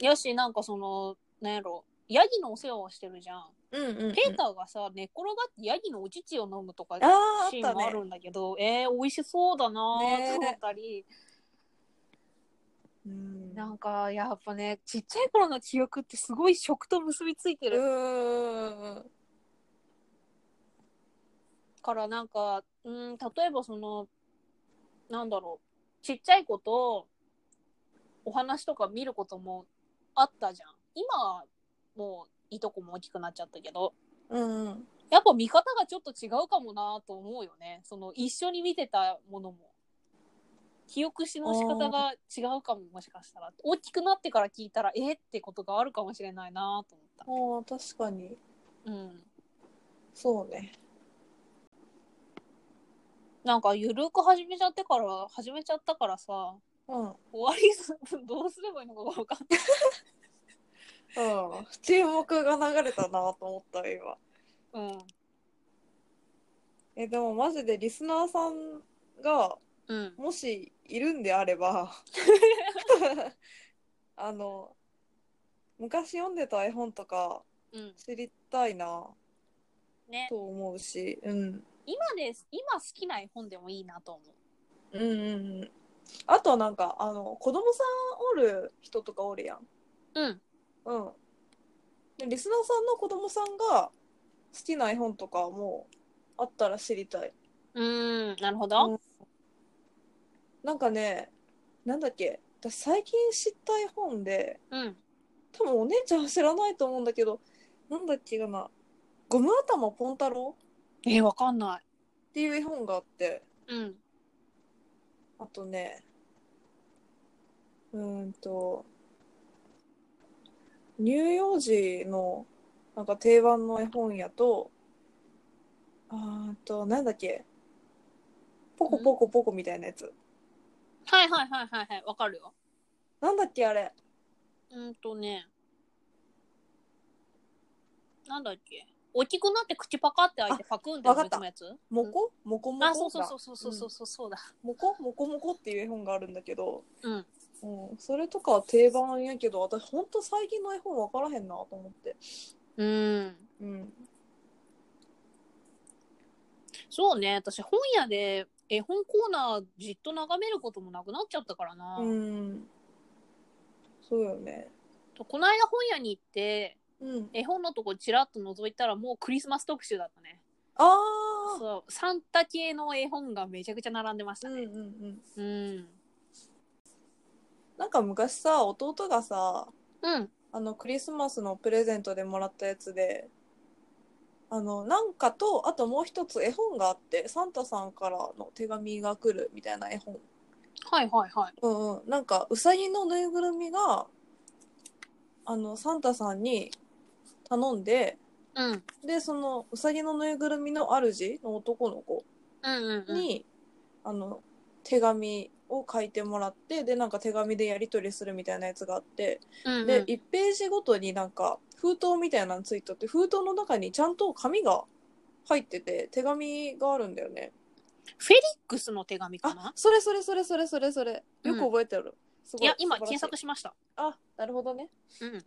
S2: やし、なんかその、なんやろ、ヤギのお世話をしてるじゃん。
S1: ううんうんうん、
S2: ペーターがさ、寝っ転がってヤギのお乳を飲むとか、
S1: あ
S2: シ
S1: ー
S2: ー
S1: あ
S2: ン
S1: った
S2: もあ
S1: ね
S2: るんだけど、えー、美味しそうだなーと思ったり、
S1: うん
S2: なんか、やっぱね、ちっちゃい頃の記憶ってすごい食と結びついてる
S1: うーん
S2: からなんか、うん、例えばその、なんだろう、ちっちゃい子とお話とか見ることもあったじゃん。今はもういとこも大きくなっちゃったけど、
S1: うんうん
S2: やっぱ見方がちょっと違うかもなと思うよね。その一緒に見てたものも。記憶しの仕方が違うかも、もしかしたら。大きくなってから聞いたら、えってことがあるかもしれないなと思った
S1: あ。ー確かに
S2: うん。
S1: そうね
S2: なんか、ゆるく始めちゃってから、始めちゃったからさ、
S1: うんうん
S2: 終わりすどうすればいいのかが分かんない。
S1: 注目が流れたなと思った今えでもマジでリスナーさんが
S2: うん。うん。
S1: もしいるんであれば あの昔読んでた絵本とか
S2: うん。
S1: 知りたいな
S2: ね。
S1: と思うし、うん、
S2: 今です。今好きな絵本でもいいなと思
S1: うんうんうんあとはなんかあの子供さんおる人とかおるやん
S2: う。うん。
S1: うん。でリスナーさんの子供さんが好きな絵本とかもあったら知りたい。
S2: うーん。なるほど。
S1: うんなんかね、なんだっけ、私最近知った絵本で、
S2: うん。
S1: 多分お姉ちゃんは知らないと思うんだけど、なんだっけかな、ゴム頭ポン太郎
S2: えー、わかんな
S1: っていう絵本があって、
S2: い。うん。
S1: あとね、うーんと、乳幼児のなんか定番の絵本やと、あーっと、なんだっけ、ポコポコポコみたいなやつ。
S2: はいはいはいはいはい。わかるよ。
S1: なんだっけ、あれ。
S2: うんとね。なんだっけ。大きくなって口パカって開いてパクンって
S1: わかった
S2: むやつ
S1: モコモコモコ
S2: あ、そうそうそ
S1: だ
S2: うそうそうそうそうそうだ。
S1: モコモコモコっていう絵本があるんだけど、
S2: うん。
S1: うん、それとかは定番やけど、私ほんと最近の絵本わからへんなと思って。
S2: うん。
S1: うん。
S2: そうね。私、本屋で絵本コーナーじっと眺めることもなくなっちゃったからな。
S1: うん。そうよね。
S2: とこの間本屋に行って、
S1: うん。
S2: 絵本のとこちらっと覗いたらもうクリスマス特集だったね。
S1: ああ。
S2: そう、サンタ系の絵本がめちゃくちゃ並んでまし
S1: う
S2: た
S1: んうんう
S2: ね。
S1: ん。
S2: うん。うん。
S1: なんか昔さ、弟がさ、あのクリスマスのプレゼントでもらったやつであのなんかとあともう一つ絵本があってサンタさんからの手紙が来るみたいな絵本
S2: はいはいはい。
S1: うんうんなんかうさぎのぬいぐるみがあのサンタさんに頼んで
S2: うん。
S1: でそのうさぎのぬいぐるみの主の男の子
S2: うんうんうん。
S1: に、あの手紙を書いてもらってでなんか手紙でやり取りするみたいなやつがあって
S2: うんうん、
S1: で、1ページごとになんか封筒みたいなのついとって封筒の中にちゃんと紙が入ってて手紙があるんだよね
S2: フェリックスの手紙か
S1: あ
S2: な
S1: それそれそれそれそれそれ
S2: うん
S1: よく覚えてる、すご
S2: いや、今
S1: 素晴らし
S2: 検索しました。
S1: あなるほどね
S2: うん。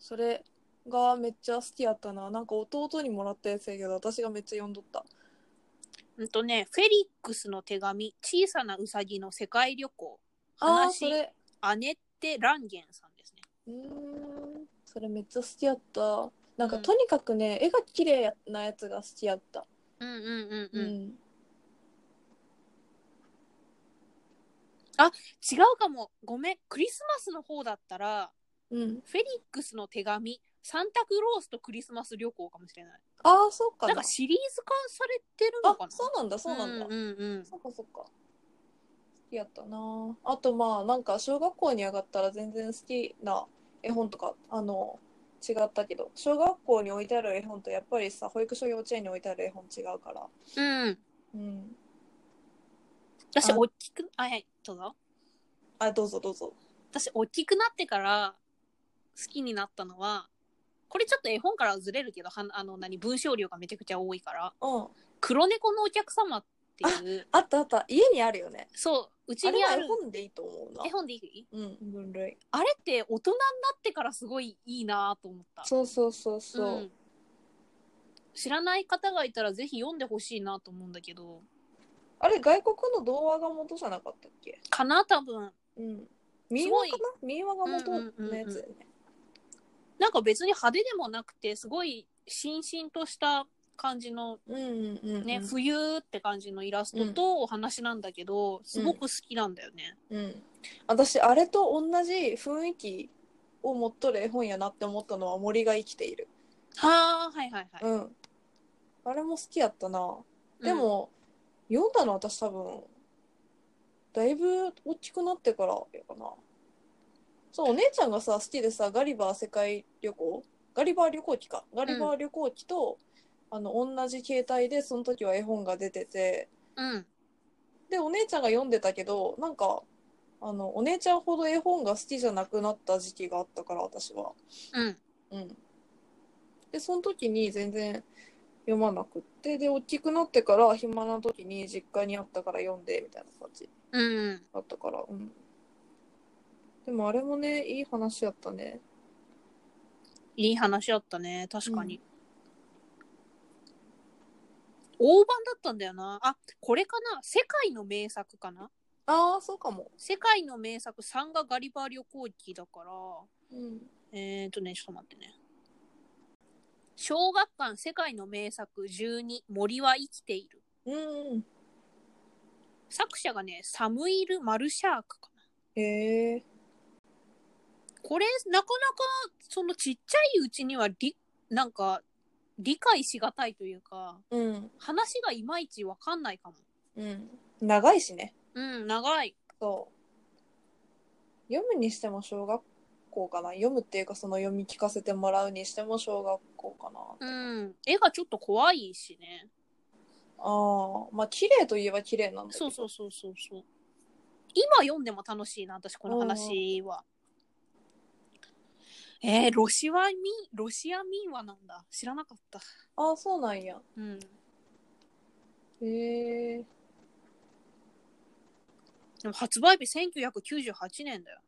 S1: それがめっちゃ好きやったななんか弟にもらったやつやけど私がめっちゃ読んどった
S2: うんとね、フェリックスの手紙、小さなウサギの世界旅行、
S1: あー
S2: 話
S1: それ
S2: アネッテ・ランゲンさんですね。
S1: うーんそれめっちゃ好きやったなんか
S2: うん
S1: とにかくね、絵が綺麗なやつが好きやった
S2: うんうんうん
S1: う、
S2: うんん。違うかも。ごめん。クリスマスの方だったら、
S1: うん、
S2: フェリックスの手紙、サンタクロースとクリスマス旅行かもしれない。
S1: ああそうか
S2: な
S1: なん
S2: かシリーズ化されてるの
S1: あ
S2: かな
S1: そうなんだそうなんだ、
S2: うんうん
S1: そっかそっか。好きやったなぁあとまあなんか小学校に上がったら全然好きな絵本とかあの違ったけど小学校に置いてある絵本とやっぱりさ保育所幼稚園に置いてある絵本違うから。
S2: うん。うん。
S1: うん。
S2: 私、
S1: あ
S2: 大きく、あ、はい、どうぞ。
S1: あどうぞどうぞ。
S2: 私、大きくなってから好きになったのは、これちょっと絵本からずれるけど、はあの、何、文章量がめちゃくちゃ多いから、
S1: うん。
S2: 黒猫のお客様っていう、
S1: あったあった家にあるよね。
S2: そう、うち
S1: あれ
S2: に
S1: は
S2: あ
S1: 絵
S2: る
S1: 本でいいと思うな
S2: 絵。本でいい
S1: うん分類。
S2: あれって大人になってからすごいいいなと思った。
S1: そうそうそうそう。
S2: ん知らない方がいたらぜひ読んでほしいなと思うんだけど、
S1: あれ外国の童話が元じゃなかったっけ？
S2: かな多分。
S1: うん。民話
S2: す
S1: かな？民話が元のやつだよね。
S2: なんか別に派手でもなくて、すごいしんしんとした感じの
S1: うんうんうんうん。
S2: ね、冬って感じのイラストとお話なんだけど、すごく好きなんだよね。
S1: うん、私あれと同じ雰囲気を持っとる絵本やなって思ったのは「森が生きている
S2: はあ、はいはい」はい。
S1: うん、あれも好きやったな
S2: うん
S1: で、も、読んだの私多分だいぶ大きくなってからやかなそうお姉ちゃんがさ好きでさガリバー世界旅行ガリバー旅行記かガリバー旅行記と、あの同じ携帯でその時は絵本が出てて
S2: うん。
S1: でお姉ちゃんが読んでたけどなんかあのお姉ちゃんほど絵本が好きじゃなくなった時期があったから私は
S2: うん。
S1: うんでその時に全然読まなくってで大きくなってから暇な時に実家にあったから読んでみたいな感じ
S2: うん。
S1: だったからうんでもあれもねいい話やったね
S2: いい話だったね、確かに。大判だったんだよな。あ、これかな世界の名作かな
S1: ああそうかも
S2: 世界の名作3がガリバー旅行記だから、
S1: うん
S2: えーとね、ちょっと待ってね。小学館世界の名作12、森は生きている。
S1: うん
S2: 作者がね、サムイル・マルシャークかな。
S1: へえ
S2: これ、なかなか、そのちっちゃいうちにはり、なんか、理解しがたいというか、
S1: うん
S2: 話がいまいちわかんないかも。
S1: うん長いしね
S2: うん、長い。
S1: そう読むにしても小学校かな読むっていうかその読み聞かせてもらうにしても小学校かな、
S2: うん。絵がちょっと怖いしね。
S1: ああまあ綺麗といえば綺麗なんだけ
S2: そ
S1: ど
S2: うそうそうそうそう。今読んでも楽しいな、私、この話は。えー、ロシア民、ロシア民話なんだ。知らなかった。
S1: ああそうなんや
S2: うん。
S1: へえ
S2: でも発売日1998年だよ。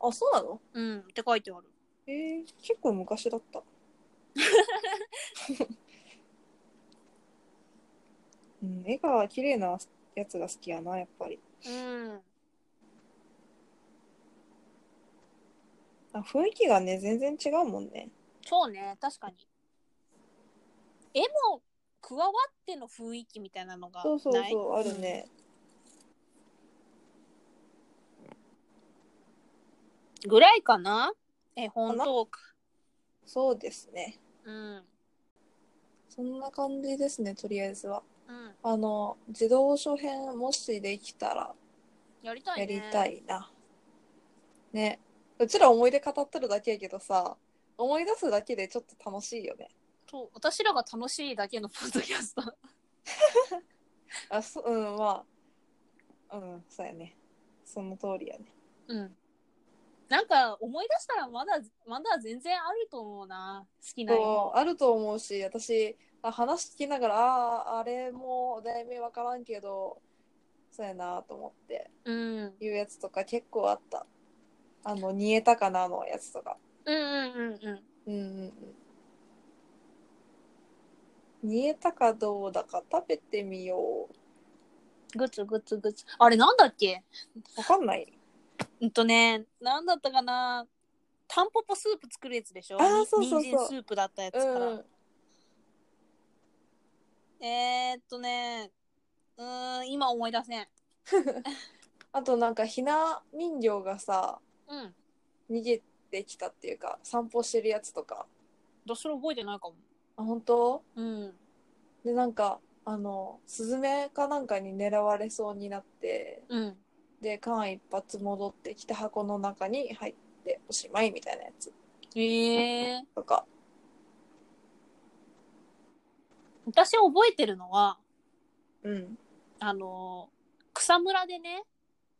S1: あそうなの
S2: うん。って書いてある。
S1: へえ結構 昔だったうん、絵が綺麗なやつが好きやな、やっぱり。
S2: うん。
S1: あ雰囲気がね、全然違うもんね。
S2: そうね、確かに。絵も加わっての雰囲気みたいなのがない
S1: そうそうそう、ある。ね。
S2: うんぐらいかな絵本トーク。
S1: そうですね。
S2: うん。
S1: そんな感じですね、とりあえずは。
S2: うん。
S1: あの、児童書編、もしできたら
S2: やりたい
S1: や
S2: ね。
S1: りた。いな。ね。うちら思い出語ってるだけやけどさ、思い出すだけでちょっと楽しいよね。
S2: そう、私らが楽しいだけのポッドキャスト。
S1: あ、そうん、まあ、うん、そうやね。その通りやね。
S2: うん。なんか思い出したらまだ、まだ全然あると思うな。好きな絵本。
S1: そうあると思うし私あ話聞きながらあーあれも題名分からんけどそうやなと思って
S2: うん。
S1: いうやつとか結構あったあの「煮えたかな」のやつとか
S2: うんうんうんうん。
S1: うんうんうん煮えたかどうだか食べてみよう
S2: グツグツグツ。あれなんだっけ
S1: 分かんない
S2: うんとね、なんだったかな。タンポポスープ作るやつでしょ
S1: あーそうそうそう
S2: に人参スープだったやつ
S1: う
S2: から。
S1: ん
S2: えー、っとね、うーん、今思い出せん。
S1: あとなんかひな人形がさ
S2: うん。
S1: 逃げてきたっていうか散歩してるやつとか
S2: どっしろ覚えてないかも。
S1: あ本当
S2: うん。
S1: でなんかあのスズメかなんかに狙われそうになって
S2: うん。
S1: で間一髪戻ってきて箱の中に入っておしまいみたいなやつ
S2: えー、
S1: とか
S2: 私覚えてるのは、
S1: うん
S2: あの、草むらでね、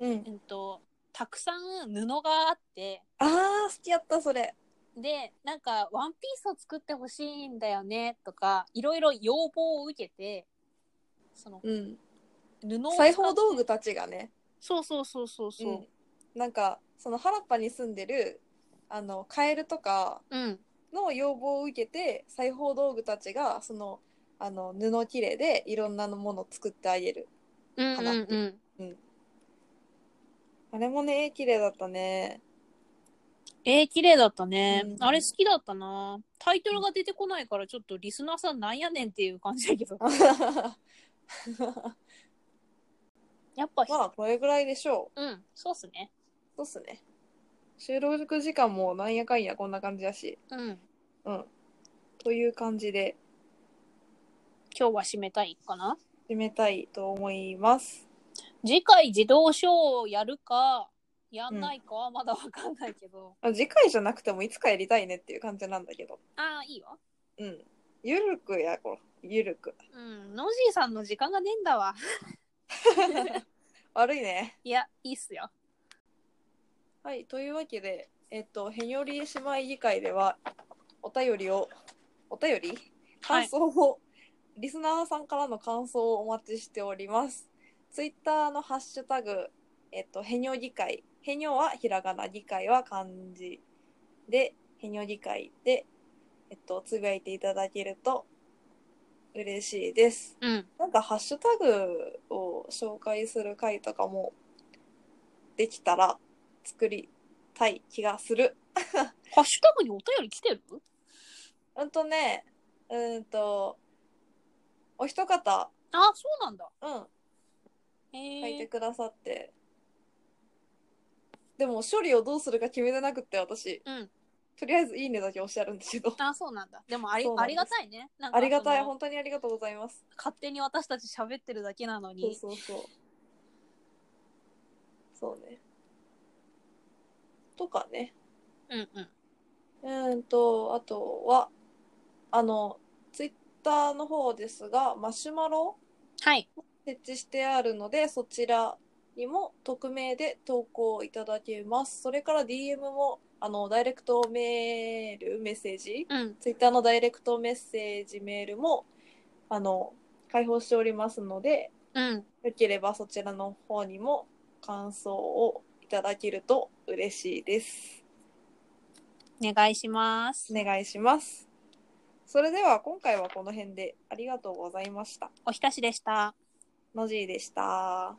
S1: うん
S2: うんと、たくさん布があって、
S1: あー好きやったそれ
S2: で、なんか、ワンピースを作ってほしいんだよね、とか、いろいろ要望を受けて、その、
S1: うん
S2: 布を使っ
S1: 裁縫道具たちがね
S2: そうそうそうそうそう。
S1: うんなんかその原っぱに住んでるあのカエルとか
S2: うん。
S1: の要望を受けて裁縫道具たちがそのあの布切れでいろんなものを作ってあげる
S2: うんうん
S1: 花
S2: うん。
S1: あれもね綺麗だったね
S2: えー、綺麗だったね、
S1: うん
S2: あれ好きだったな。タイトルが出てこないから、ちょっとリスナーさんなんやねんっていう感じだけど。 やっぱ、
S1: まあこれぐらいでしょ
S2: うん、そうっすね。
S1: う。そうっすね。収録時間もなんやかんやこんな感じだし。
S2: うん。
S1: うん。という感じで
S2: 今日は締めたいかな。
S1: 締めたいと思います。
S2: 次回、自動ショーをやるか、やんないかはまだわかんないけど。
S1: まあ次回じゃなくてもいつかやりたいねっていう感じなんだけど。
S2: ああ、いいよ。
S1: うん。ゆるくやこう。ゆるく。
S2: うん、ノジーさんの時間がねえんだわ。
S1: 悪いね。
S2: いや、いいっすよ。
S1: はい。というわけで、えっと、へにょり姉妹議会ではお便りを、お便り
S2: は
S1: 感
S2: い。
S1: 想を、リスナーさんからの感想をお待ちしております。ツイッターのハッシュタグ、えっと、へにょ議会。へにょはひらがな、議会は漢字で、へにょ議会で、えっと、つぶやいていただけると嬉しいです。
S2: うん。
S1: なんか、ハッシュタグを紹介する回とかもできたら作りたい気がする。
S2: ハッシュタグにお便り来てる
S1: うんとね、うーんと、お一方、
S2: ああ、そうなんだ。
S1: うん、
S2: え
S1: 書いて
S2: ー、
S1: くださって、でも処理をどうするか決めてなくって私
S2: うん。
S1: とりあえず「いいね」だけおっしゃるんですけど
S2: ああ、 そうなんだ。でもあり
S1: そうなんです
S2: ありがたいね。なんか
S1: ありがたい
S2: その
S1: 本当にありがとうございます
S2: 勝手に私たち喋ってるだけなの
S1: そう
S2: に。
S1: そうそうそうねとかね
S2: うんうん。
S1: うーんとあとはあのツイッターの方ですがマシュマロ
S2: はい。
S1: 設置してあるのでそちらにも匿名で投稿いただけますそれから DM もあのダイレクトメールメッセージ
S2: うん。
S1: ツイッターのダイレクトメッセージメールもあの開放しておりますので
S2: うん。
S1: よければそちらの方にも感想をいただけると嬉しいです
S2: お願いします。
S1: お願いしますそれでは今回はこの辺でありがとうございました。
S2: おひたしでした。
S1: のじいでした。